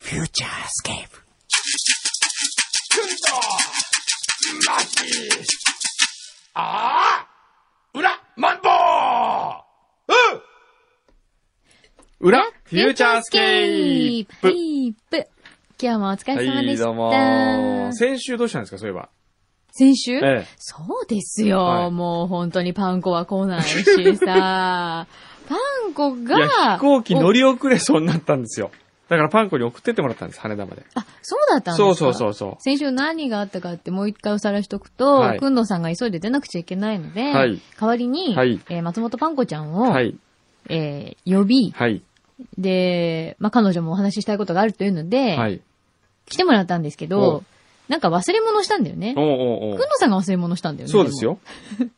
フューチャースケープ。マキああ裏マンボウ裏フューチャースケープ今日もお疲れ様でした。先週どうしたんですか、そういえば。先週、ええそうですよ、はいもう本当にパン粉は来ないし さ。パン粉いや、が、飛行機乗り遅れそうになったんですよ。だからパンコに送ってってもらったんです、羽田まで。おあ、そうだったんですそかうそうそうそ先週何があったかってもう一回おさらいしとくと、はいくんどうさんが急いで出なくちゃいけないので、はい代わりに、はいえー松本パンコちゃんう。を、はい。えー呼び、はい。で、まあ、彼女もお話ししたいことがあるというので、はい。来てもらったんですけおどう、なんか忘れ物したんだよね。おうくんおうおうのさんが忘れ物したんだよね。そうですよ。でも。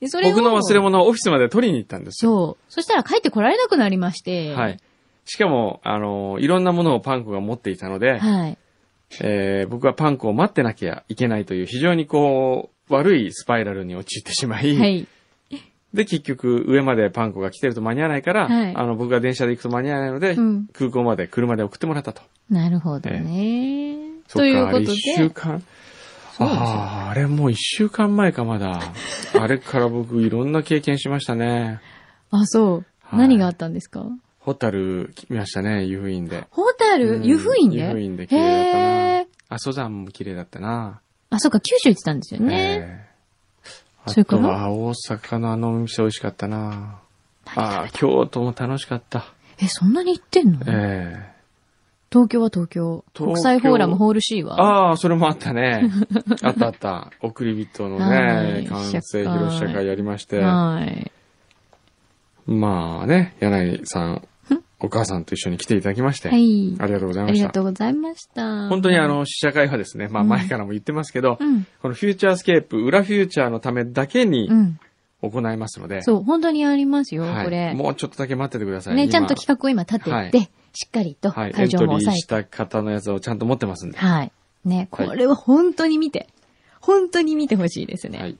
でそれを僕の忘れ物をオフィスまで取りに行ったんですよ。そう。そしたら帰ってこられなくなりまして。はい。。しかも、あのー、いろんなものをパンコが持っていたので、はい。えー僕はパンコを待ってなきゃいけないという非常にこう、悪いスパイラルに陥ってしまい、はい。で、結局、上までパンコが来てると間に合わないから、はいあの、僕が電車で行くと間に合わないので、うん空港まで車で送ってもらったと。なるほどね。そっとかいうことで。一週間。そうなんですよああ、あれもう一週間前かま だ。あれから僕いろんな経験しましたね。あ、そう。はい何があったんですかホタル来ましたね、湯布院で。ホタうルん湯布院で湯布院で綺麗だったなへー阿蘇山も綺麗だったな。あ、そうか、九州行ってたんですよね。ええそれあとかなは大阪のあのお店美味しかったな。ああ、京都も楽しかった。え、そんなに行ってんのええ東京は東京。東京国際フォーラムホール C は。あ、ああ、それもあった ね。あったあった。送り人のはいね、完成披露試写会やりまして。はい。まあね、柳井さん、お母さんと一緒に来ていただきまして、はい。ありがとうございあまりしがたと。うございました。本当にあ、の、試写会はですね、まあうん前からも言ってますけど、うん。このフューチャースケープ、裏フューチャーのためだけにうん。行いますので、そう、本当にありますよ、はいこれ。もうちょっとだけ待っててください。ね、今ちゃんと企画を今立てて、はいしっかりとはい、エ会ン場トもリー抑え。してた方のやつをちゃんと持ってますんで。ははい。ね、こはいれは本当に見て、本当に見てほしいですね。はい。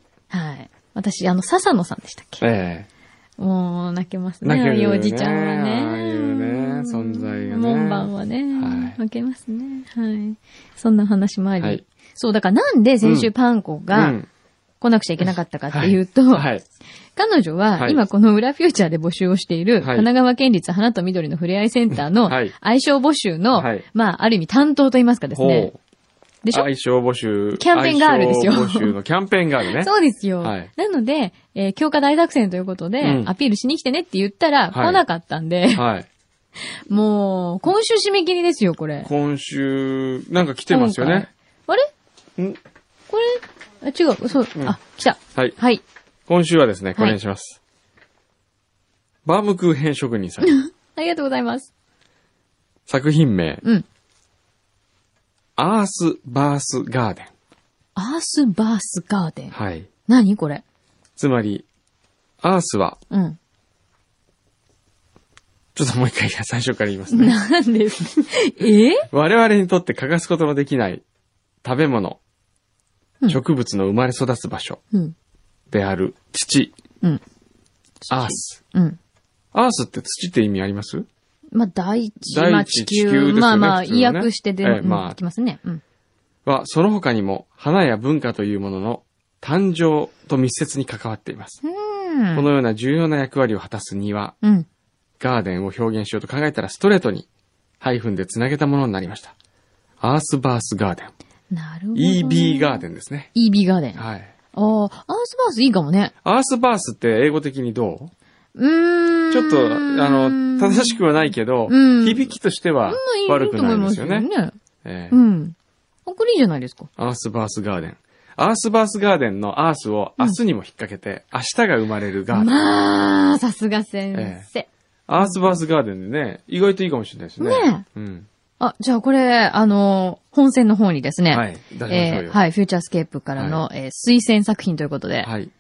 い。私、あの、笹野さんでしたっけええもう、泣けますね。泣けるよねああいうおじちゃんはね。ああいうね存在がね門番はね、はい泣けますね。はい。そんな話もあり。はいそう、だからなんで先週パンコうがん来なくちゃいけなかったかっていうと、はい。彼女はは、い今この裏フューチャーで募集をしている、い神奈川県立花と緑のふれあいセンターの はい、愛称募集の、はいまあ、ある意味担当と言いますかですほねう。。でしょ愛称募集。キャンペーンガールですよ愛称募集のキャンペーンガールね。 そうですよ。はいなので、えー教科大学生ということで、うんアピールしに来てねって言ったら、はい来なかったんで、はい。もう、今週締め切りですよ、これ。今週、なんか来てますよね。今回。あれんこれ、あ違う、そう、うんあ、来た。はい。はい。今週はですね、これにします。バームクーヘン職人さ ん。ありがとうございます。作品名、うん。アースバースガーデン。アースバースガーデン。はい。何これつまり、アースは、うん。 ちょっともう一回最初から言いますね。なんです。え我々にとって欠かすことのできない食べ物、うん植物の生まれ育つ場所うん。である土、うん。アース。うん。アースって土って意味ありますまあ、大地、大地まあ、地球、地球ですよねまあまあ、普通はね意訳して出、ええうんまあきますね。うん。は、その他にも花や文化というものの誕生と密接に関わっています。うん。このような重要な役割を果たす庭、うん。ガーデンを表現しようと考えたらストレートに、ハイフンでつなげたものになりました。アースバースガーデン。なるほど、 EB ガーデデンですね。ン。EB ガーデン。あはい。あー、アースバースいいかもね。アースバースって英語的にどううー。んちょっと、あの、正しくくはないけど、うん響きとしては悪くないですよね。ええうん。あこれいいじゃないですか。アースバースガーデン。アースバースガーデンのアースを明日にも引っ掛けて、明日が生まれるガーデン。まあ、さすが先生。アースバースガーデンでね、意外といいかもしれないですね。ねうん。あ、じゃあこれ、あの、本線の方にですね。。はいい。出しましょえうーよ。はい、フューチャースケープからの、えー推薦作品ということで、はい。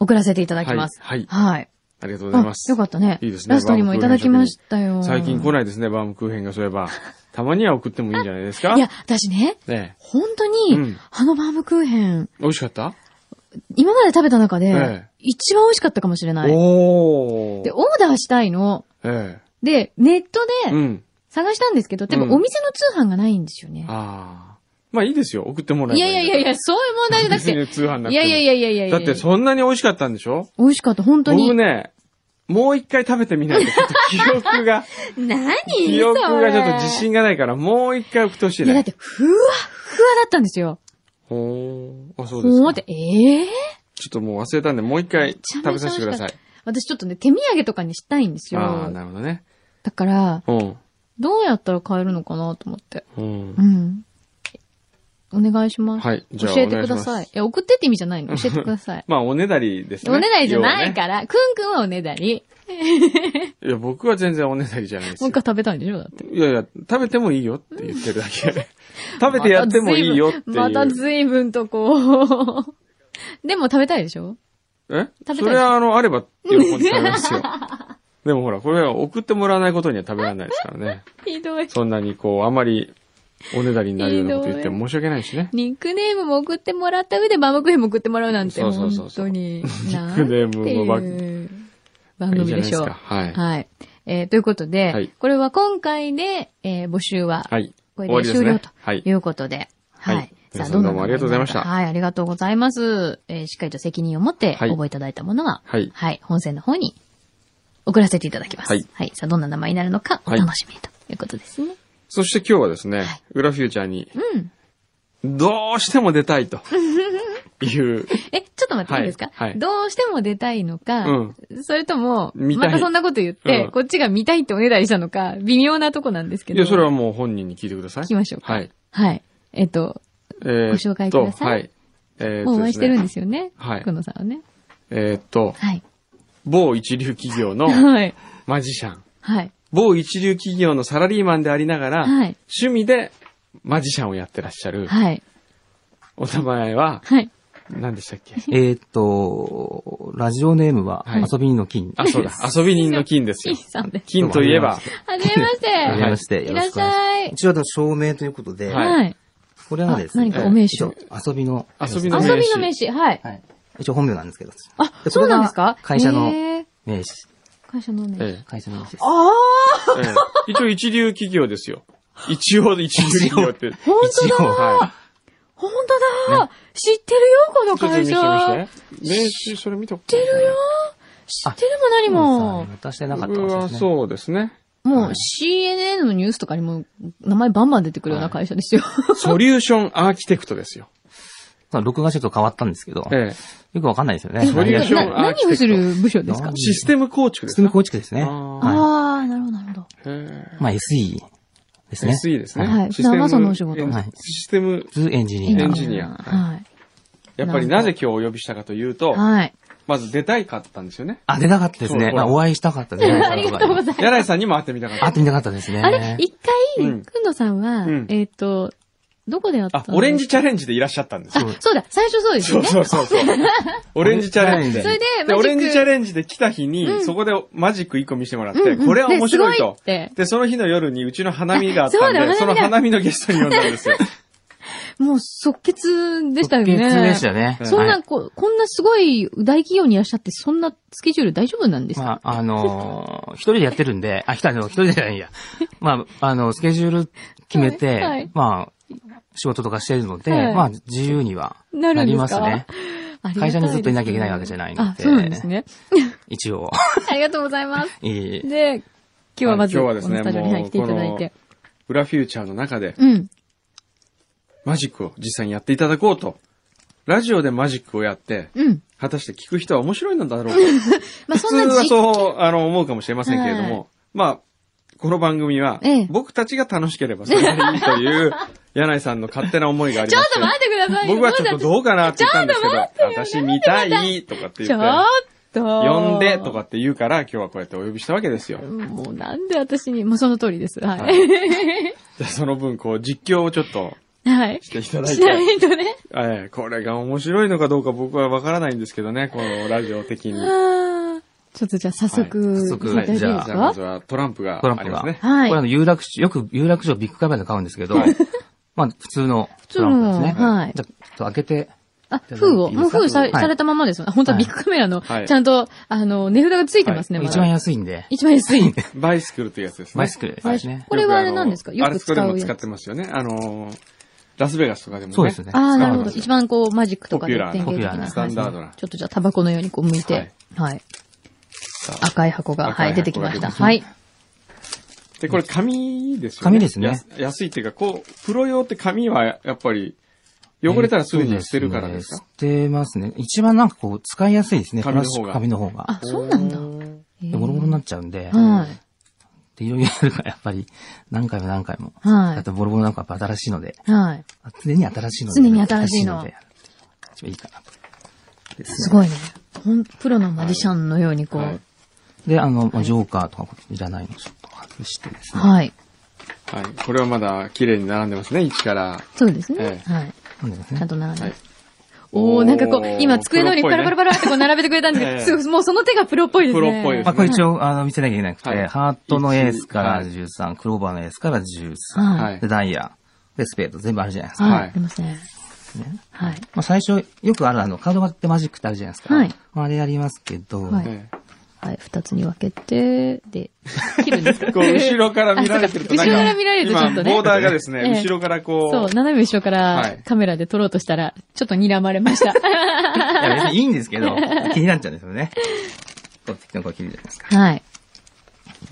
送らせていただきます。はいはいはい。ありがとうございまあ、す。よかったね。いいですねラストにもいただきましたよ。最近来れ。ないですね、バームクーヘンがそういえば。たまには送ってもいいんじゃないですかいや、私ね、ねえ本当に、うんあのバームクーヘン、美味しかった今まで食べた中で、ええ一番美味しかったかもしれない。おー。で、オーダーしたいの。えで、ネットえ。でう、ん。探したんですけど、でうもんお店の通販がないんですよね。ああ。まあいいですよ。送ってもらえいやいやいやいや、や、そういう問題じゃなく 別て。に通販なくても。いやいやいやいやいやいやだってそんなに美味しかったんでしょ美味しかった、本当に僕。ね、もう一回食べてみないと、ちょっと記憶 が、何記憶がちょっと自信がないから、もう一回送ってほしいいや、だっね。て、ふわっふわだったんですよ。ほー。あ、そうですもうかっ。て、ええちょっともう忘れたんで、もう一回食べさせてください。私ちょっとね、手土産とかにしたいんですああ、よ。なるほどね。だから、うん。どうやったら買えるのかなと思って。うんう。ん。お願いします。はい、じゃあ。教えてくだお願さいい。いします。。や、送ってって意味じゃないの。教えてください まあ、おねだりですね。おねだりじゃないらから、くんくんはおねだり。いや、僕は全然おねだりじゃないですもよう一。回食べたいんでしょだって。いやいや、食べてもいいよって言ってるだけ。食べてやってもいいよっていう。また随分とこう。 でも食べたいでしょえべたいそれはあの、あれば喜んで食べます よ。でもほら、これは送ってもらわないことには食べられないですからね。ひどい。そんなにこう、あまりおねだりになるようなこと言っても申し訳ないしね。ニックネームも送ってもらった上でバームクーヘンも送ってもらうなんて、そうそう本そうそう当に。ニックネームもバッ番組でしょいいじゃないですかう。はい。はい。えーということで、はいこれは今回で、えー募集は、はい。こ終れわでり終了ねと。はい。いうことで、はい。はいさ皆あ、さんどんなどうもありがとうございましたはい、ありがとうございます。えーしっかりと責任を持ってはい覚えいただいたものは、はいはい、本線の方に送らせていただきます。ははいい。さあ、どんな名前になるのか、おはい楽しみにということですね。そして今日はですねはい、裏フューチャーに、うん。どうしても出た いという、え、ちょっと待っていいですか、はいはいどうしても出たいのか、うんそれとも、見たまいたそんなこと言って、うんこっちが見たいっておねだりしたのか、微妙なとこなんですけいど。や、それはもう本人に聞いてください。聞きましょうか。はい。。はい。えっと、えー、ご紹介くださいはい。えーっとですねもうお会いしてるんですよね。はい久野さんはね。えーっと、はい。某一流企業 のはい。マジシャン。はい。某一流企業のサラリーマンでありながら、はい。趣味でマジシャンをやってらっしゃる。はい。お名前は、はい。何でしたっ けえーっと、ラジオネームははい遊びの金。あ、 そうだ。遊び人の金ですよ T。さんです。金といえば、はじめまして。はじめまして。いよらろっしくしお願いしゃいま。す。一応、証明ということで、はいはい。これはですね、あ何かお名刺一応遊びの、遊び遊びのの名刺名刺。はい。はい。一応本名なんですけど。あ、でそうなんですかこれが会社のへー名刺。会社の名刺。ええ会社の名刺です。ああええ一応一流企業ですよ。一応一流企業って。 本当一応だは本当だ知ってるよこのい。ちょっと見て会社み知っして。名刺、それ見たことない。知ってるよてるも何も。渡してなかった僕んではすね。そうですね。もう CNN のニュースとかにも名前バンバン出てくるような会社ですよ。ソリューションアーキテクトですよ。まあ録画ちょっと変わったんですけど、ええ。よくわかんないですよね。えソリューション なな何をする部署ですかなんシステム構築でシスすテムね。構築ですね。あーはああ、なるほど、なるほど。へえい。まあ SE ですね。 SE ですね。はいシステム普段はそのお仕事えはいシステム、普通エンジニエアン。ジニアはい。やっぱりなぜ今日お呼びしたかというと、はい。まず出たいかったんですよね。あ、出たかったですそうね。そうまあお会いしたかったですね。 ありがとうございます。柳井さんにも会ってみたかった。会ってみたかったですね。あれ、一う回、んくんのさんは、うんえっ、と、どこでやったあの、オレンジチャレンジでいらっしゃったんですよ。あ、そうだ、最初そうですそようね。そうそうそう。オレンジチャレンジで。それででマジックオレンジチャレンジで来た日に、うんそこでマジック1個見せてもらって、うんうんこれは面白いとねすごいってで、その日の夜にうちの花見があったんあそうだで、その花見のゲストに呼んだんですよ。 もう即決でしたよね。即決でしたね。うんそんはいな、こ、こんなすごい大企業にいらっしゃって、そんなスケジュール大丈夫なんですか、まあ、あのー一人でやってるんで、あ、一人の、一人でじゃ ないや。まあ、あの、スケジュール決めて、はいはいまあ、仕事とかしてるので、はいまあ、自由にはなるなんりでますすかね。ありがたですね会社にずっといなきゃいけないわけじゃないのであ、そうなんですね。一応。ありがとうございます。いいで、今日はまず、はいこ今日はでのすねスタジオにはいも来うていただいて。裏フューチャーの中で、うん。マジックを実際にやっていただこうと。ラジオでマジックをやって、うん。果たして聞く人は面白いのだろうか。ま普あ、そ通んなはじ、そう、あの、思うかもしれませんけれども、はまあ、この番組は、ええ僕たちが楽しければそれでいいという、柳井さんの勝手な思いがありちょまっしてと待ってくださいよ。僕はちょっとうどうかなって言ったんですけど、私見たいとかってち言ょっ、ってと。呼んでとか。って言うから、今日はこうやってお呼びしたわけですよ。もうなんで私に、もうその通りです。は。はいじゃあその分、こう、実況をちょっとはい。していただい、して ないとね。ええこれが面白いのかどうか僕はわからないんですけどね、このラジオ的に。はいあーちょっとじゃあ早速、はいい早た速だいていじいですじゃゃああかまずはトランプがトランあプりまが。すね。はいこれあの、有楽町、よく有楽町ビッグカメラで買うんですけど、まあ、普通の普通トラのンプですね。はいじゃあ、ちょっと開けて、あ、封を。いたもうだいていいです封さ,、かはいされたままですよね。本当ははビいッグカメラの、はいちゃんと、あの、値札がついてますね、はいまだ一番安いんで。一番 安い。バイスクルというやつですね。マイスクルですはいね。これはあれなんですかよよくく使う使うややつつ。あれそこでも使ってますよね。あのー、ラスベガスとかでもね。そうですねああ、使なわれるまほど。すよ一番こう、マジックとかでポピュラー典なピュラー型的な。ポなスタンダードなはいちょっとじゃあ、タバコのようにこう向いはてい、はい。赤い箱が、赤いはい、箱が出てきました。出てきまはい。で、これ紙ですよね。紙ですねや安いっていうか、こう、プロ用って紙はやっぱり、汚れたらすぐに捨てるからですかえっとね捨てますね。一番なんかこう、使いやすいですね。紙の方がプラスチック紙の方が。あ、そうなんだ。えで、ーボロボロになっちゃうんで。はい。で、いろいろやるから、やっぱり、何回も何回も。はいあと、ボロボロなんかやっぱ新しいので。はい。常に新しいので。常に新しいの新でやる。一番いいかなと。すごいね。ほん、プロのマジシャンのようにこ、はいうで、あの、まあジョーカーとか、いらないのちょっと外してですね。はい。はい。これはまだ綺麗に並んでますね、1から。そうですね。ええはい。なんでですちゃんね。と並んでます。おおーー、なんかこう、今机の上にプパロっぽいねラパラパラってこう並べてくれたんです けえどえすごい、もうその手がプロっぽいですね。プロっぽいですまあ、これ一応、あの、見せなきゃいけなくて、はいハートのエースから一13、クローバーのエースから13、はい。はいで、ダイヤ、で、スペード、全部あるじゃないですか。はいはい。出ますね。ねはい。まあ、最初、よくあるあの、カードバッテマジックってあるじゃないですか。はいまあ、あれやりますけど、はいええはい。二つに分けて、で、切るんですか こう、後ろから見られてると、あなそんうか後ろから見られるとちょっとね今、ボーダーがですえね、え後ろからこそう、う、斜め後ろかはらいカメラで撮ろうとしたら、ちょっと睨まれ ました。いや、別にいいんですけど、気になっちゃうんですよね。こう、適当にこう切るじゃないですか。はい。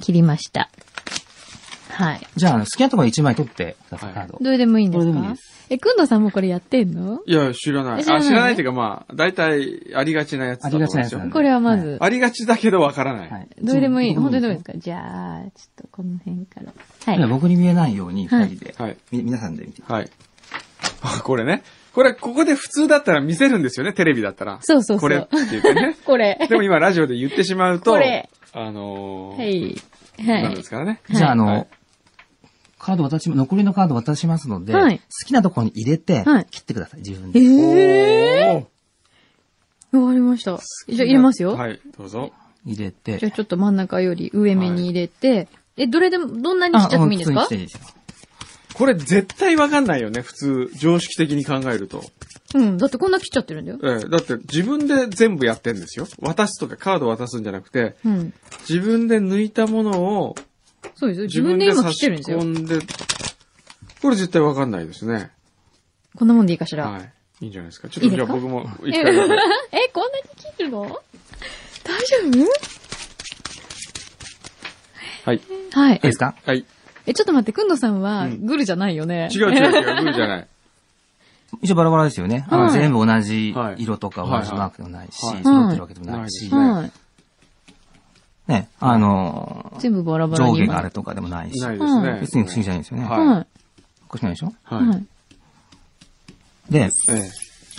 切りました。はい。じゃあ、あの好きなところ1枚取ってください、はいカードを。どれでもいいんですどれでもいいかですえ、くんどさんもこれやってんのいや、知らない。知らあ、ない知らないっていうか、まあ、大体、ありがちなやつだと思うんですよありがちなやつなんでこれはまず、ありがちだけどわからない。はいどれでもいい。本当にどれですかかじゃあ、ちょっとこの辺から。はい。僕に見えないように、は二い人で、はいみ皆さんで見て。はい。 あ、これね。これ、ここで普通だったら見せるんですよね、テレビだったら。そうそうそう。これって言ってね これ。でも今、ラジオで言ってしまうと、これあのーはい。はなんいです。からね。じゃあ、あの、はいカード渡し、残りのカード渡しますので、はい好きなところに入れて、はい切ってください、自分えで。ー、おーわかりました。じゃあ入れますよ。はい、どうぞ。入れじゃあて、ちょっと真ん中より上目に入れて、え、どれでも、どんなにしちゃってもいいんですあか普通にしていいですよこれ絶対わかんないよね、普通。常識的に考えると。うん、だってこんな切っちゃってるんだよ。ええだって自分で全部やってんですよ。渡すとかカード渡すんじゃなくて、うん。自分で抜いたものをそうですよ。自分で今差切っしてるんですよ。込んで、これ絶対わかんないですね。こんなもんでいいかしら。はい。いいんじゃないですか。ちょっといいじゃであすか僕もえ、一 え回やってみます。こんなに切るの大丈夫はい。はいいい。ですかはい。え、ちょっと待って、くんどさんは、うんグルじゃないよね。違う違う違う、グーじゃない。一応バラバラですよね。あのはい全部同じはい色とかはい同じマークでもないし、はい揃ってるわけでもないし、うははい。ね、あのー全部バラバラ上に下今。があれとかでもないし、ないですね。別に不思議じゃないですよね。ははい。おかしくないでしょは。はいい。で、ええ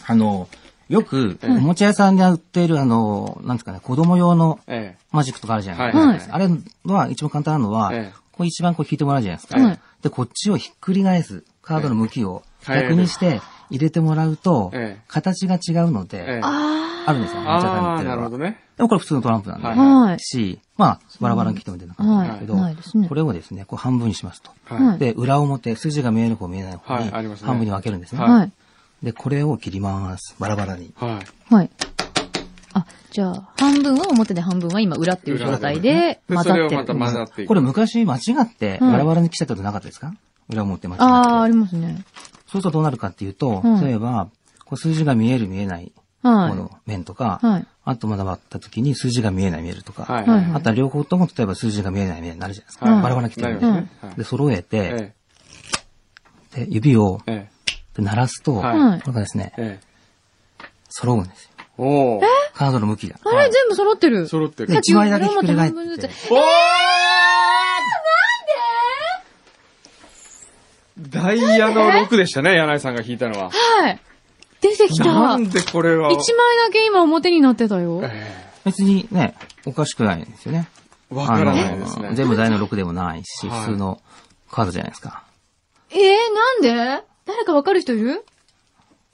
あのーよく、おいもちゃ屋さんで売っている、あのーなんですかね、子供用のえマジックとかあるじゃないですか。はいはいあれは、一番簡単なのは、ええこう一番こう引いてもらうじゃないですか。はいで、こっちをひっくり返す、カードの向きをええ逆にして入れてもらうとええ、形が違うのええで、えああるんですよ、おもちゃ屋さんで売あっあ、てなるるのほは。どね。でもこれ普通のトランプなんで、はあ。はい。し、まあ、バラバラに切っても出なかったんですけど、はいないですねこれをですね、こう半分にしますと。は。はいいで、裏表、筋が見える方見えない方はいに、ありますね半分に分けるんですね。はいはい。で、これを切ります。バラバラに。はい。はい。あ、じゃあ、半分は表で半分は今裏っていう状態でで混ざそってれをる。また混ざっていく。これ昔間違って、うんバラバラに来ちゃったことなかったですか裏表間違って。ああ、ありますね。そうするとどうなるかっていうと、うん例えば、こう数字が見える見えないものは、面とか、い。はい。あとまだ割った時に数字が見えない見えるとか、はい。はいあとは両方とも例えば数字が見えない見えないになるじゃないですか。はいバラバラに来てるんで、なりますねはいで、揃えて、えで指をえ。えで鳴らすと、はいはいこれがですねえ。、ええ。揃うんですよ。おー。カードの向きが。あれ、全部揃ってる。揃ってるで、。1枚だけひっくり返っ裏表半分ずてつ、おーダイヤの6でしたね、柳井さんが弾いたのは。はい。出てきた。な1んでこれは。枚だけ今表になってたよ。え別にね、おかしくないんですよね。えわからないですあのね。全部台の6でもないし、はい普通のカードじゃないですか。えー、なんで誰かわかる人いる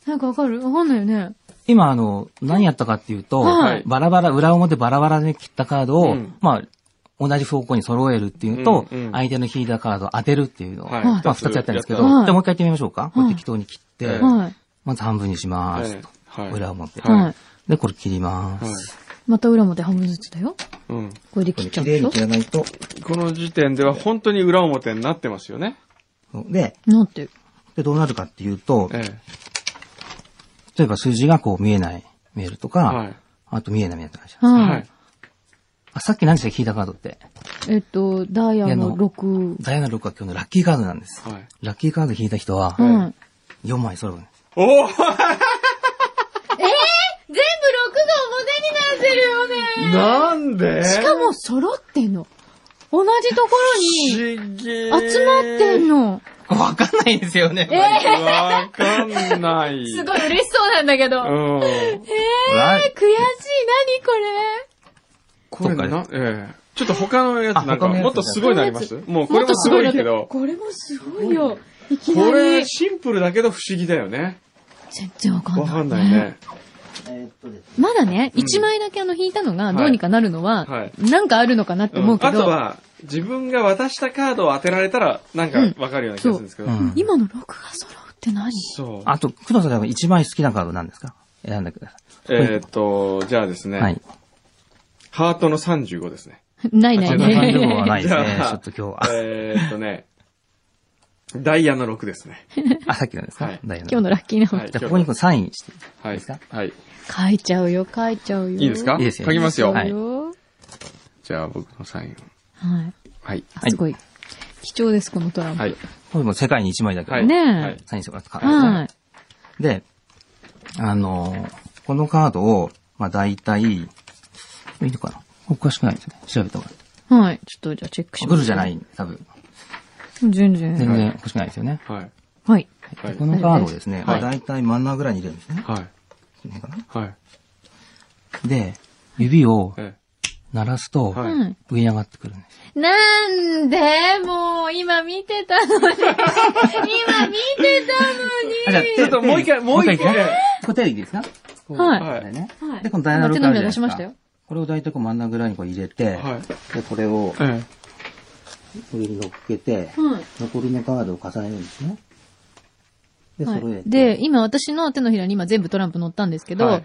誰かわかるわかんないよね。今、あの、何やったかっていうと、はいバラバラ、裏表バラバラで切ったカードを、うんまあ、同じ方向に揃えるっていうのと、うんうん相手の引いたカードを当てるっていうのを、はいまあ、二つ二つやったんですけど、やったじゃあもう一回やってみましょうか。こう適当に切って、はいはい。まず半分にしますと。ええはい。裏表。はいはい。で、これ切りはまいす。。また裏表半分ずつだよ。うん。これでこ切れっちゃ綺うで麗しにょ切らないと。この時点では本当に裏表になってますよね。で、なってる。でどうなるかっていうと、え例えば数字がこう見えないメールとか、え。はい。あと見えないみたいな話。ははいい。。あ、さっき何でしたっけ聞いたカードって。えっと、ダイヤの6。ダイヤの6は今日のラッキーカードなんです。はい。ラッキーカード引いた人はう、ん。全部4枚揃うんです。おお6が表になってるよねなんでしかも揃ってんの。同じところに集不思議まってんの。わかんないですよね。えーわかんない。すごい嬉しそうなんだけど。えうん。ラー、悔しい。何これこれな、ええ。ちょっと他のやつなんか、あ他のやつもっとすごいのありますもうこれもすごいけど、これもすごいよ。いきこなれり。シンプルだけど不思議だよね。全然わかんない。わかんないね。まだね、一枚だけあの引いたのがどうにかなるのは、はいなんかあるのかなってう思んうけあど、とは、自分が渡したカードを当てられたら、なんかわかるような気がするんですけどう。ん今の6が揃うって何そう。あと、工藤さんが一番好きなカード何ですか選んでくださえーっと、じゃあですい。ね。はい。ハートの35ですね。 ないなそいんな感じね。はないですね じ。ゃあちょっと今日は。えーっとね、ダイヤの6ですね。 あ、さっきのですか、はいダイヤの 今日のラッキーなの、はいじゃあ、ここにこうサインして。はいですか。はい。書いちゃうよ、書いちゃうよ。いいですかいいですよ書きますよ。ははいい。じゃあ僕のサインを。はい。はい。あすごい。貴重です、このトランプ。はい。これも世界に一枚だけど、はい。ねえはいサインしてもらったカードですねはい。で、あのーこのカードを、まあ大体、いいのかなおかしくないですね。調べた方がいい。はい。ちょっとじゃあチェックします。グルじゃない、多分。全全然。然おかしくないですよね。はい。はい。はいこのカードをですね、はいまあ大体真ん中ぐらいに入れるんですね。はい。いいのかなはい。で、指をえ鳴らすと、はいうん。上に上がってくるんです。なんで、もう、今見てたのに。今見てあ、じゃあ、ちょっともう一回、もう一もう一回回。これ手でいいですかたのに。はい。はこれい。ね。はいで、このダイ今手のナロックあるひじらゃない出でしすまかしたよ。これを大体こう真ん中ぐらいにこう入れて、はい。で、これをえ上に乗っけて、はい。残りのカードを重ねるんですね。で、はい揃えて。で、今私の手のひらに今全部トランプ乗ったんですけど、は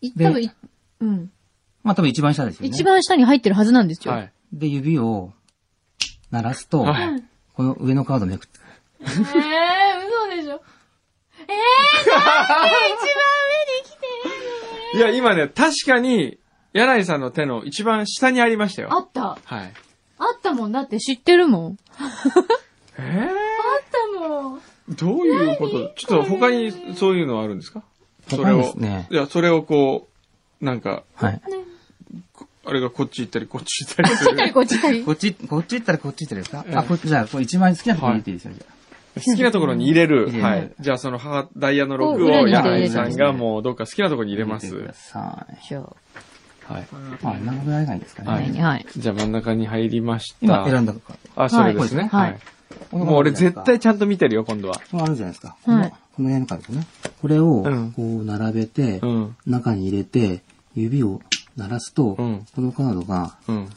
いいで多分い、うん。まあ多分一番下ですよね。一番下に入ってるはずなんですえ。よ。はい。で、指を鳴らすと、はいこの上のカードめくって、えー、嘘でしょ。えー、なんで一番上に来ていや、今ね、確かに、柳井さんの手の一番下にありましたあよ。った。はい。あったもんだって知ってるもん。ええ。あったもん。どういうことちょっと他にそういうのはあるんですかそれ他にでをす。ねいや、それをこう、なんか、はい。あれがこっち行ったり、こっち行ったりす来たりる。こっち来たり。こっち、こっち行ったらこっち行ったらですか、ええあ、こっち、じゃあ、これ一番好きなとこはい入れていいですよ、じゃ好きなところに入れ る。入れるはい。じゃあその母、ダイヤのこう6裏を、に入れる柳井さんがもうどっか好きなところに入れまあ。入すれてく。ださい。じゃあ、はい。あ、何ぐらいがいいですかね。はい上にはい。じゃあ真ん中に入りまし今た。選んだカーあ、それですね。はいはいド。もう俺絶対ちゃんと見てるよ、今度は。このあるじゃないですか。はいこのこの辺のカードですね。これをうん、こう並べて、うん。中に入れて、指を鳴らすと、うんこのカードが、うん。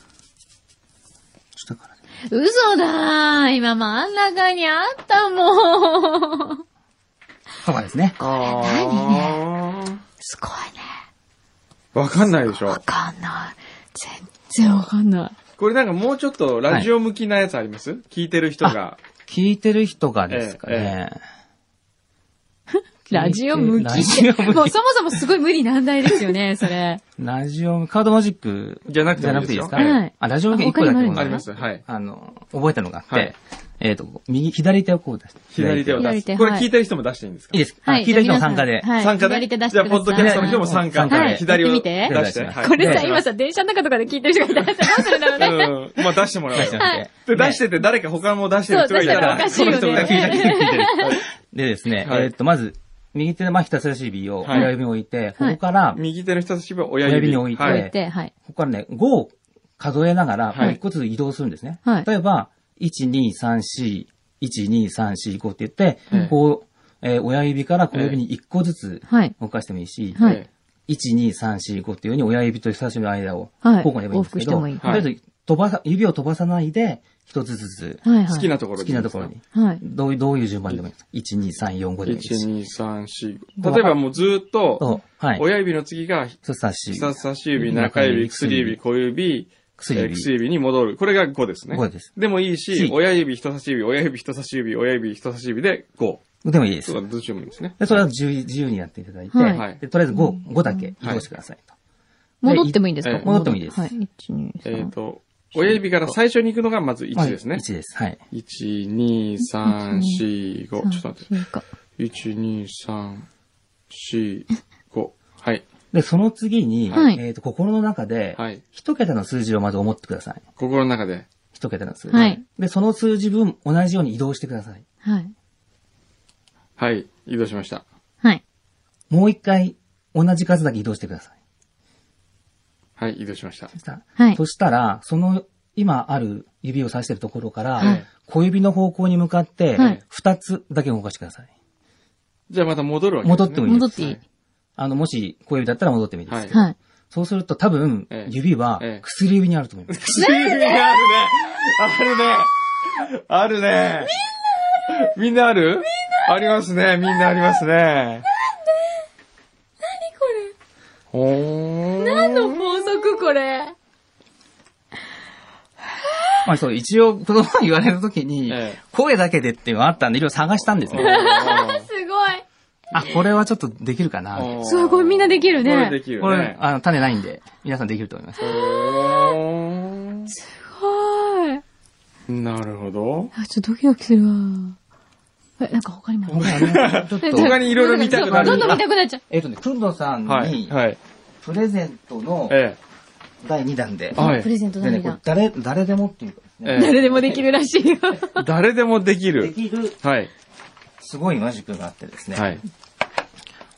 下からね。嘘だー今真ん中にあったもん。カバーですね。あすごいね。あ。わかんないでしょわ。かんない。全然わかんない。これなんかもうちょっとラジオ向きなやつあります聞いてる人が。聞いてる人がですかね。ラジオ向ラきジオって。向きもうそもそもすごい無理難題ですよね、それ。ラジオ、カードマジックじゃなくてじゃもないいですくていいよですかはいあ、ラジオ向け一個だけ他にごもめあんりなまさすい。はい。あの、覚えたのがあって、はいえっ、と、右、左手をこう出して。左手をい出左す。手これはい聞いてる人も出していいんですかいです。あ聞いた人の参加で。はい参加で。左手出してじゃあ、くださいポッドキャストの人も参加。はいはい左をや出ってみてして。はいはいこれさ、お願今いしさ、電車の中とかで聞いてる人がいたらさどうするんだろうね。ますうん。まあ、出してもらおう出よしてもらって。で、出してて誰か他も出してる人がいたら、そう出したらおこのかしいよね人も出してる でですね、はいえっ、と、まず、右手のまあ人差し指をはい親指に置いて、ここから、こ右手の人差し指を親指親指に置いては置いいて、はい。こからね、5を数えながら、はいこう一個ずつ移動するんですね。はい例えば、1、2、3、4、1、2、3、4、5って言って、うんこう、えー親指から小指に一個ずつはい。動かしてもいいし、はいえ1、2、3、4、5っていうように親指と人差し指の間をはい交互にやればいいんですけ往復ど、してもいいとりあえず飛ばさ、指を飛ばさないで、一つずつ、はいはい。好きなところ好にきなところに。はい。どういう、どういう順番でもいいです。1、2、3、4、5でもいいですし。 1,2,3,4,5。例えばもうずっと、と、はい。親指の次が、人差し指、人差し指、中指、薬指、小指、薬えー指、薬指に戻る。これが5ですね。 5です。でもいいしし、親指、人差し指、親指、人差し指、親指、人差し指で5。でもいいですそう。だ、どっちでもいいですね。で、それは自由自由にやっていただいて、はいでとりあえず5、5だけ移動してくださいと。戻ってもいいんですかええ戻ってもいいですはい。1、2、えっ、 3。と、親指から最初に行くのがまず1ですね。 1です。はい。 1、2、3、4、5。ちょっと待って。そうか。 1、2、3、4、5。はい。で、その次に、はいえっ、と、心の中で、はい。一桁の数字をまず思ってください。心の中で。一桁の数字。はいで、その数字分同じように移動してください。はい。はい。移動しました。はい。もう一回、同じ数だけ移動してください。はい。移動しましたそ。したら、はいそしたらその、今ある指を指してるところから、はい小指の方向に向かってはい、二つだけ動かしてください。じゃあまた戻るわけですね。戻ってもいいです戻っていい。あの、もし小指だったら戻ってもいいです。はい。はい。そうすると多分ええ、指はええ薬指にあると思います。薬指があるね。あるね。あるね。みんなあるありますね。みんなありますね。なんで何これほーん。何の法則これまあそう、一応、この前言われた時に ええ、声だけでっていうのがあったんで、いろいろ探したんですね。のすごい。あ、これはちょっとできるかな。こすごい、これみんなできるこれねで。きるれね、。あの、種ないんで、皆さんできると思います。ほはーんなるほど。ーい。あ、ちょっとドキドキするわ。え、なんか他にもある。ちょっと、他にいろいろ見たくなるどんどん見たくなっちゃう。えっとね、くんどさんはい。に、はい。プレゼントのえ第2弾でえ。、はプレい。ゼントでね何これだ誰、誰でもっていうかですね、え誰でもできるらしいよ。え。誰でもできでる。きる、はい。すごいマジックがあってですね、はい。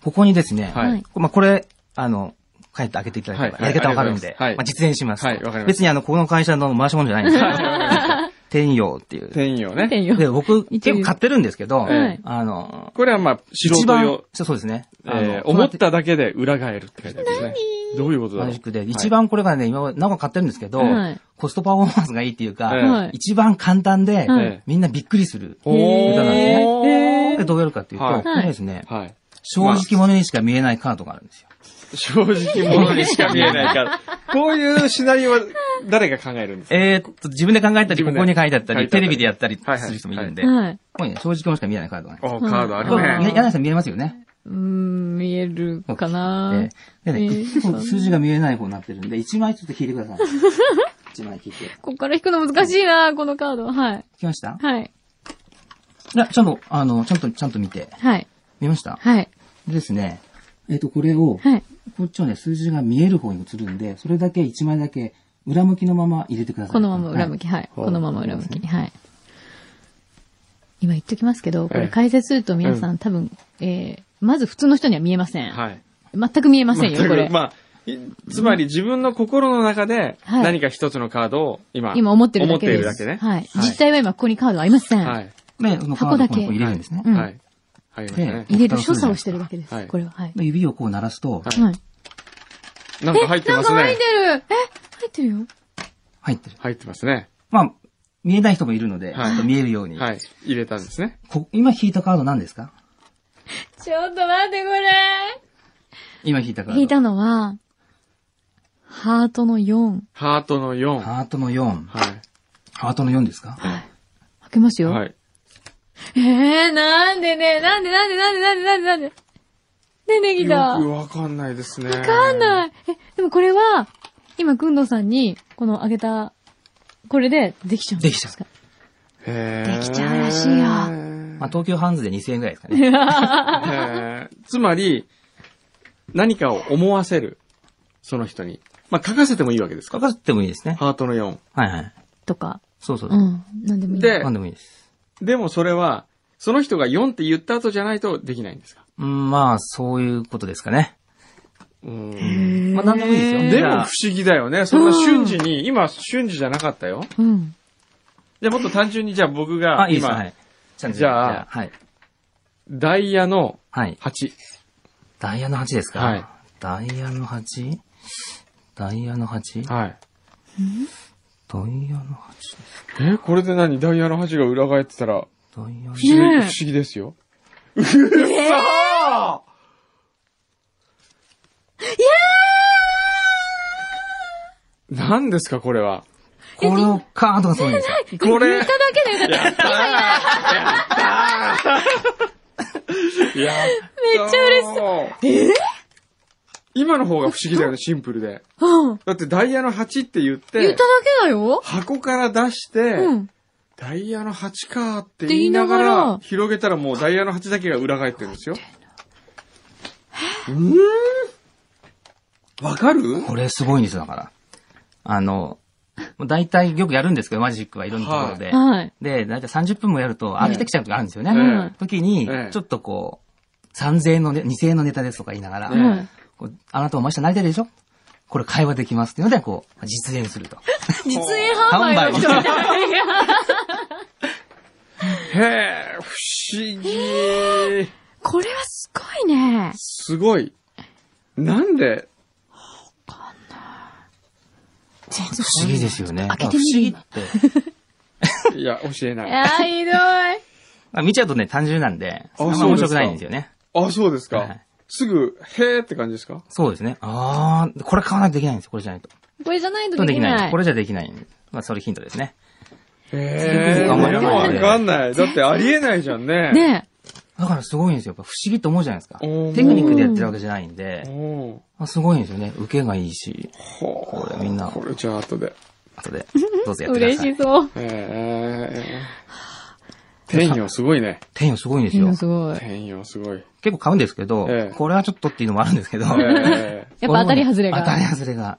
ここにですね、はいまあ、これ、あの、帰って開けていただければ、はやいり方わかるんはでい、はいまあ、実演します。はいわかりました別にあの、ここの会社の回し物じゃないんです けど、天陽っていう。天よね。見てよ。で、僕、一応結構買ってるんですけど、ええあの、これはまあ、素一人番用。、そうですね。あのえー、思っただけで裏返るって書いてあるんですね。どういうことだマろうジックで、一番これがね、今まで何個買ってるんですけど、はいコストパフォーマンスがいいっていうか、ええはい一番簡単で、はいみんなびっくりする。おー歌なんですへでどうやるかっていうと、はいこれですね、はい。正直者にしか見えないカードがあるんですよ。正直者にしか見えない から。こういうシナリオは誰が考えるんですかえーっと、自分で考えた自り、こ分でこに書いてあった書いてあったりり、テレビでやったりはいはいする人もいるんで、こはい。こにね正直者しか見えないカードがある。おカードあうるんね。ね柳井さん見えますよね。うーん、見えるかなえーでねえーこう数字が見えない方になってるんで、1枚ちょっと引いてください。1枚引いて。引こっから引くの難しいな、このカード。はい。きましたはい。いや、ちゃんと、あの、ちゃんと、ちゃんと見て。はい。見ましたはい。でですね、えっ、と、これを、はい。こっちはね、数字が見える方に移るんで、それだけ1枚だけ裏向きのまま入れてください。このまま裏向き。き、はい。はいこのまま裏向き、はい。今言っときますけど、こえれえ解説すると皆さん多分、えーまず普通の人には見えません。はい。全く見えませんよ、全こくれ。まあ、いつまり自分の心の中ではい何か一つのカードを今、今思ってるだけです。思っているだけね。はい。実際は今ここにカードはありません。はで、そのカ箱ードだをこけこに入れるんですね。うんい。はい。入りましたねで入れる所作をしてるだけです。はいこれは。はい。で指をこう鳴らすと、はいはい。なんか入ってなまんすか入っねて。るえ入ってるよ入ってる。入ってますね。まあ、見えない人もいるので、はいちょっと見えるように。はい。入れたんですね。こ今引いたカード何ですかちょっと待って、これ今引いたカード。引いたのは、ハートの4。ハートの4。はハートの4。い。ハートの4ですか開けますよ。はい。ええー、なんでね、なんでなんでなんでなんでなんでなんで。ね、ネギだ。よくわわかんないですね。かんない。え、でもこれは、今、くんどさんに、このあげた、これで、できちゃうんできちゃうう。へーできちゃうらしいよまあ、東急ハンズで2000円ぐらいですか ね。えーつまり、何かを思わせる。その人に。まあ、書かせてもいいわけです書かかせてもいいですね。ハートの4。はいはい。とか。そうそうう。ん。なんでもいい。で何でもいいです。でもそれは、その人が4って言った後じゃないとできないんですかうん、まあ、そういうことですかね。うーん。まあ、何でもいいですよ。でじゃもあ不思議だよね。そんな瞬時に、今瞬時じゃなかったよ。うん。じゃあもっと単純に、じゃあ僕あ、が、いいです。今、はい。ちゃんとじゃあはい。ダイヤのはい。 8。ダイヤの8ですかはい。ダイヤの 8? ダイヤの 8? はい。ダイヤの八です。え、これで何ダイヤの8が裏返ってたら、ダイヤの不思議ねえ不思議ですよ。うっそーいやー何ですか、これは。このカードがすごいんですよ。これ言っただけでよかやった。ったーやったーめっちゃ嬉しそう。え今の方が不思議だよね、シンプルで。うん。だってダイヤの8って言っ言ってただ、けだよ。箱から出して、うん。ダイヤの8かーってって言言いいななががらら、広げたらもうダイヤの8だけが裏返ってるんですよ。うーんわかるこれすごいんですよ、だから。あの、もう大体よくやるんですけど、マジックはいろんなところで。はい。で、大体30分もやると、飽きてきちゃう時があるんですよね。え時にええ、ちょっとこう、3000円のね、2000円のネタですとか言いながら、えはい。こうあなたお前下なりたいでしょこれ会話できますっていうので、こう、実演すると。実演販売の人みたいな。へえ、不思議。これはすごいね。すごい。なんで全然不思議ですよね。開けてみるまあ不思議って。いや、教えない。あ、ひどい。まあ見ちゃうとね、単純なんで、ああんま面白くないんですよね。あ、そうですか。はいすぐ、へーって感じですかそうですね。あー、これ買わないとできないんですよ、これじゃないと。これじゃないとででききな。ないい。これじゃできない。まあ、それヒントですね。へえ。あんまでりもわわかかんない。だってありえないじゃんね。ねだからすごいんですよ。やっぱ不思議と思うじゃないですか。おーテクニックでやってるわけじゃないんで、うん。まあ、すごいんですよね。受けがいいし、ほこれみんなう。これじゃあ後で。後で、どうぞえ。やってくだ嬉さしい。そう。えー。天陽すごいね。天よすごいんですよ今。すごい。天陽すご い。結構買うんですけど、ええこれはちょっとっていうのもあるんですけど。え やっぱ当たり外れが当たり外れが。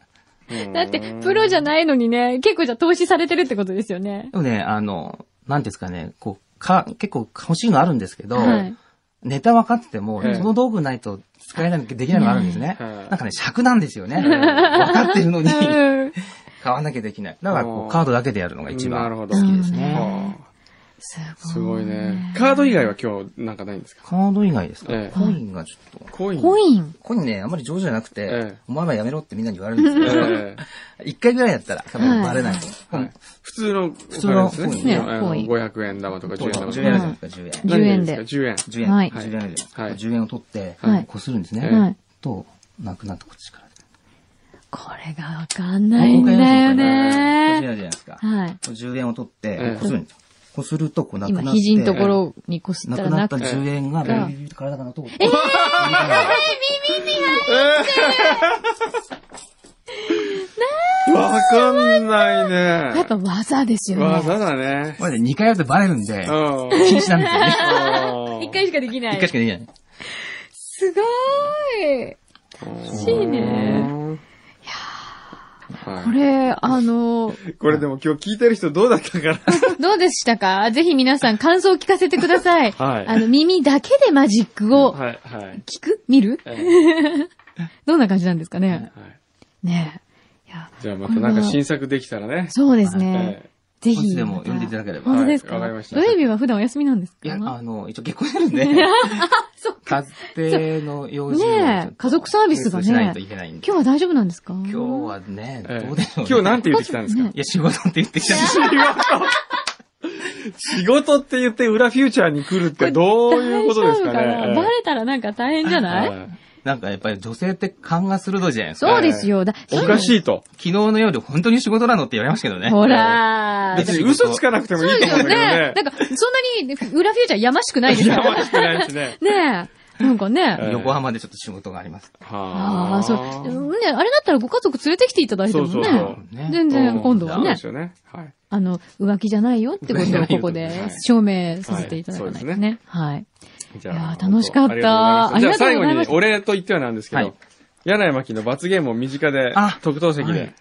ーだって、プロじゃないのにね、結構じゃあ投資されてるってことですよね。でもね、あの、なんていうんですかね、こう、か、結構欲しいのあるんですけど、 はい。ネタ分かってても、ええその道具ないと使えない、できないのがあるんですね。ええなんかね、尺なんですよね。分かってるのに、うん。買わなきゃできない。だからこおーう、カードだけでやるのが一なる番。ほど。好きですねはあすすごいね。カード以外は今日なんかないんですかカード以外ですか、ええコインがちょっと。コイン。コイン。コインね、あんまり上手じゃなくて、ええお前はやめろってみんなに言われるんですけど、えー一回ぐらいやったら多分バレないと思う。はい普通の、普通のですね。ねあのコイン500円玉とか10円玉と10か。円あるじゃ何ないですか、10円。がいいすか10円。10円で10円、ははいい、10円あるじはゃないいですか。10円を取って、はいこするんですね。はいと、なくなったこっちから。これがわかんないんだよこっちね。あるじゃないですか。はい。こう10円を取って、ええこするんですよ。こすると、こうなくな今、って。肘のところにこすっなたくらななったく10円が、ビええリビリと体から通って。わかんないやっぱね。技ですよね。技だね。これで2回やるとバレるんでう、ん。禁止なんですよね。一回しかできな1い回し。かできない。すごーい。欲しいね。こはれ、あの、い。これでも今日聞いてる人どうだったかなどうでしたかぜひ皆さん感想を聞かせてください。はいあの、耳だけでマジックをはい、 はい。聞く見るえーどんな感じなんですかねはいねえ。いや、じゃあまたなんか新作できたらね。そうですえね。ーぜいひ。つでも呼んでいただければ本当ですかはいわかりました土曜日は普段お休みなんですいや、かあの、一応結婚してるんで、 そう。家庭の用事をねえ家族サービスがねしないといけないんで。今日は大丈夫なんですか今日。はね、えーどうでしょう、ね。今日なんて言ってきたんですかいや、仕事って言ってきたんです仕事って言って裏フューチャーに来るってどういうことですかね大丈夫なバレたらなんか大変じゃえないーなんかやっぱり女性って勘が鋭いじゃないですか。そうですよ。だおかしい。いと。昨日の夜本当に仕事なのって言われましたけどね。ほらー。別に嘘つかなくてもいいと思うんだけどねねな。んか、そんなに、裏フューチャーやましくないですいかや、まら。してないしね。ねえ。なんかね。え横浜でちょっと仕事があります。は ああ、そう。ね、あれだったらご家族連れてきていただいてもね。そうそうそうね全然、今度はそうでねす、よね。はい。あの、浮気じゃないよってことをここではい証明させていただかないとはいそうですね。はい。じいやー楽しかったありがとうございありましじゃあ最がとうございました後にお礼と言ってはなんですけはどい、柳井真紀の罰ゲームを身近であ、特等席はでい。今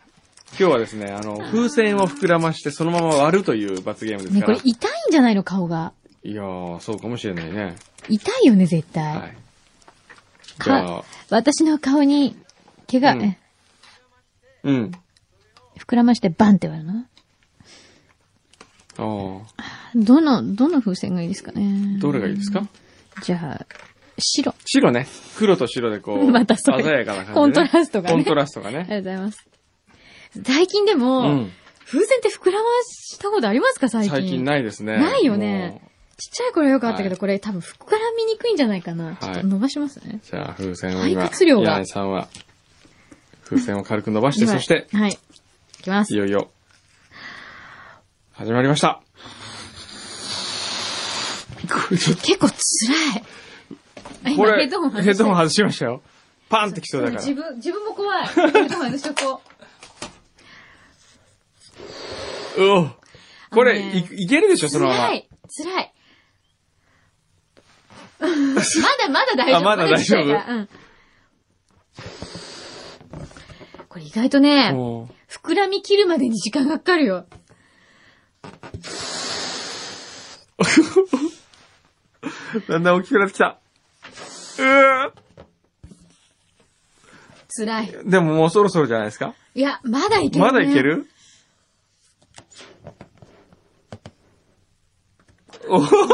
日はですね、あの、風船を膨らましてそのまま割るという罰ゲームですね、かこら。れ痛いんじゃないの顔が。いやー、そうかもしれないね。痛いよね、絶は対。い。じゃあ、私の顔に、毛うが、んえうん。膨らましてバンって割るのあーどの、どの風船がいいですかね。どれがいいですかじゃあ、白。白ね。黒と白でこう、 またそ鮮れやかな感じでね。コントラストがねコントラストがありがね。とうございます。最近でうも、ん。風船って膨らましたことありますか最近。最近ないですね。ないよねもちっちゃい頃よくあったけど、はいこれ多分膨らみにくいんじゃないかな。ちょっと伸ばしますねう。。じゃあ、風船を今、肺活量が柳井さんは、風船を軽く伸ばして、ではそして、はい。いきますい。よいよ、始まりました。これちょっ結構辛い。あと、今これ、ヘッドホン外ヘッしてドホン外しましたよ。パンってきそうだから。自分、自分も怖い。ヘッドホン外しとこう。うおこれ、あのねい、いけるでしょ、そのまま辛。い。辛い。まだまだ大丈あ夫。まだ大丈夫まだうん。これ意外とね、も膨らみ切るまでに時間がかかるよ。う、だんだん大きくなってきた。うー辛い。でももうそろそろじゃないですかいや、まだいける、ね。まだいけるおだんだん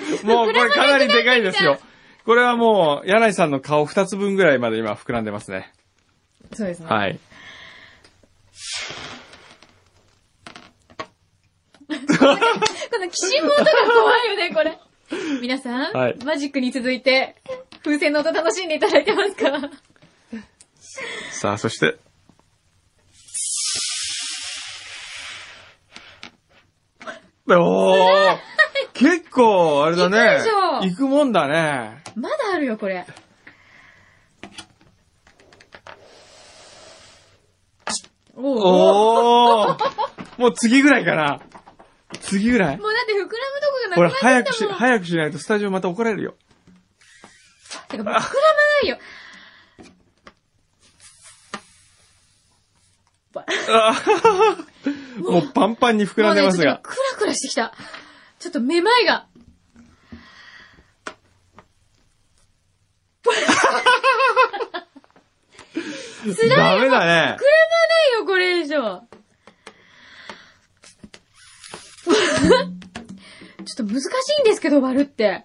ね、もうこ膨られまかななくりなでかいですよ。これはもう、柳井さんの顔二つ分ぐらいまで今膨らんでますね。そうですね。はい。 このきしむ音が怖いよね、これ。皆さん、はいマジックに続いて、風船の音楽しんでいただいてますかさあ、そして。おー結構、あれだいくでしょね。行くもんだね。まだあるよ、これ。おおおーもう次ぐらいかな。次ぐらいもうだって膨らむとこほがら、なくな早ってくきし、たもん。早くしないとスタジオまた怒られるよ。てか、膨らまないよ。あーもうパンパンに膨らんでますもうね、ちょっがと。クラクラしてきた。ちょっとめま いが。辛いよ。ダメだね。ないよ、これ以上。ち ょっと難しいんですけど、割るって。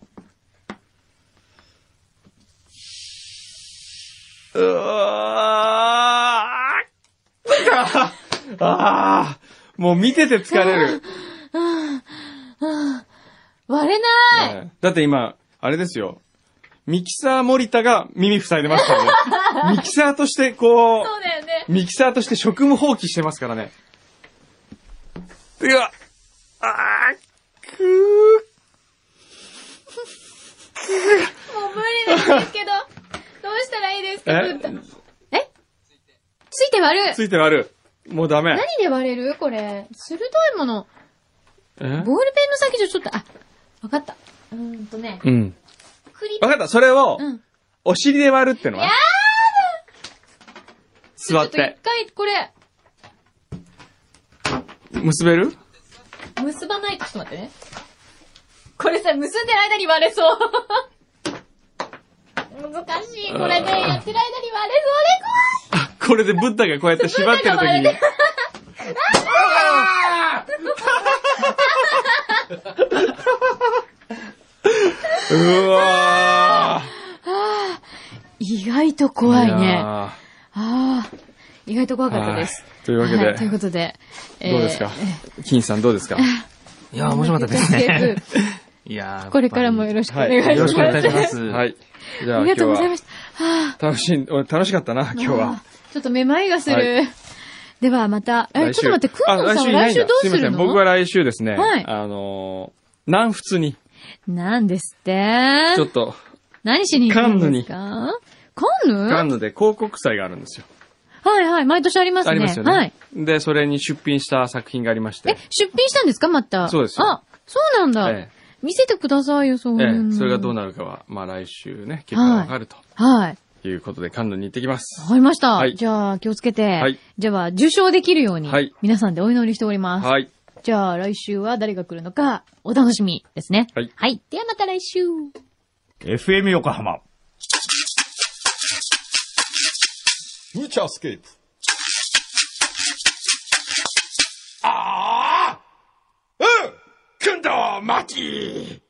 うわー あーもう見てて疲れる。割れない、ええだって今、あれですよ。ミキサー森田が耳塞いでます からね。ミキサーとしてこそうう、だよね。ミキサーとして職務放棄してますからね。うわあーくーもう無理なんですけど。どうしたらいいですか、えふんえついて割るついて割る。もうダメ。何で割れるこれ。鋭いもの。えボールペンの先じゃちょっと、あ、わかった。うーんとね、うん。クリップわかった、それを、うん。お尻で割るってのはや座っちょっとて一。回これ、結べる結ばないと、ちょっと待ってね。これさ、結んでる間に割れそう。 難しい。これね、あーやってる間に割あこれでブッダがこうやって縛ってる時に。うわれそうで怖い意外とー怖いいね。あやあー。意外と怖ーかったです。はいというわけで、はいということで。えーどうですか、金さんどうですかいやー、面白かったですね。いやーこれからもよろしくお願いはいしよまろす。しくお願いします。はい。じゃああ今りが日とうございまはした。はあ。楽しい、俺楽しかったな、今日は。ちょっとめまいがする。はではまた、え、来週ちょっと待って、くんあのさんは来週どうすいないんだいませるんの僕は来週ですね、はいあのー、南仏に、なんですってちょっと、何しに行くんですかカンヌカンヌで広告祭があるんですよ。はいはい、毎年ありますね。ありますよね。はい。で、それに出品した作品がありましえて。、出品したんですかまた。そうですよあ、そうなんだ。え見せてくださいよ、そうえいうえの。え、それがどうなるかは、まあ来週ね、結果がわかるとはい。いうことで、カンヌに行ってきます。わかりました。はいじゃあ、気をつけて。はいじゃあ、受賞できるように。はい皆さんでお祈りしております。はい。じゃあ、来週は誰が来るのか、お楽しみですね。はいはい。ではまた来週。 FM 横浜。フューチャースケープ。ああうんくんどまき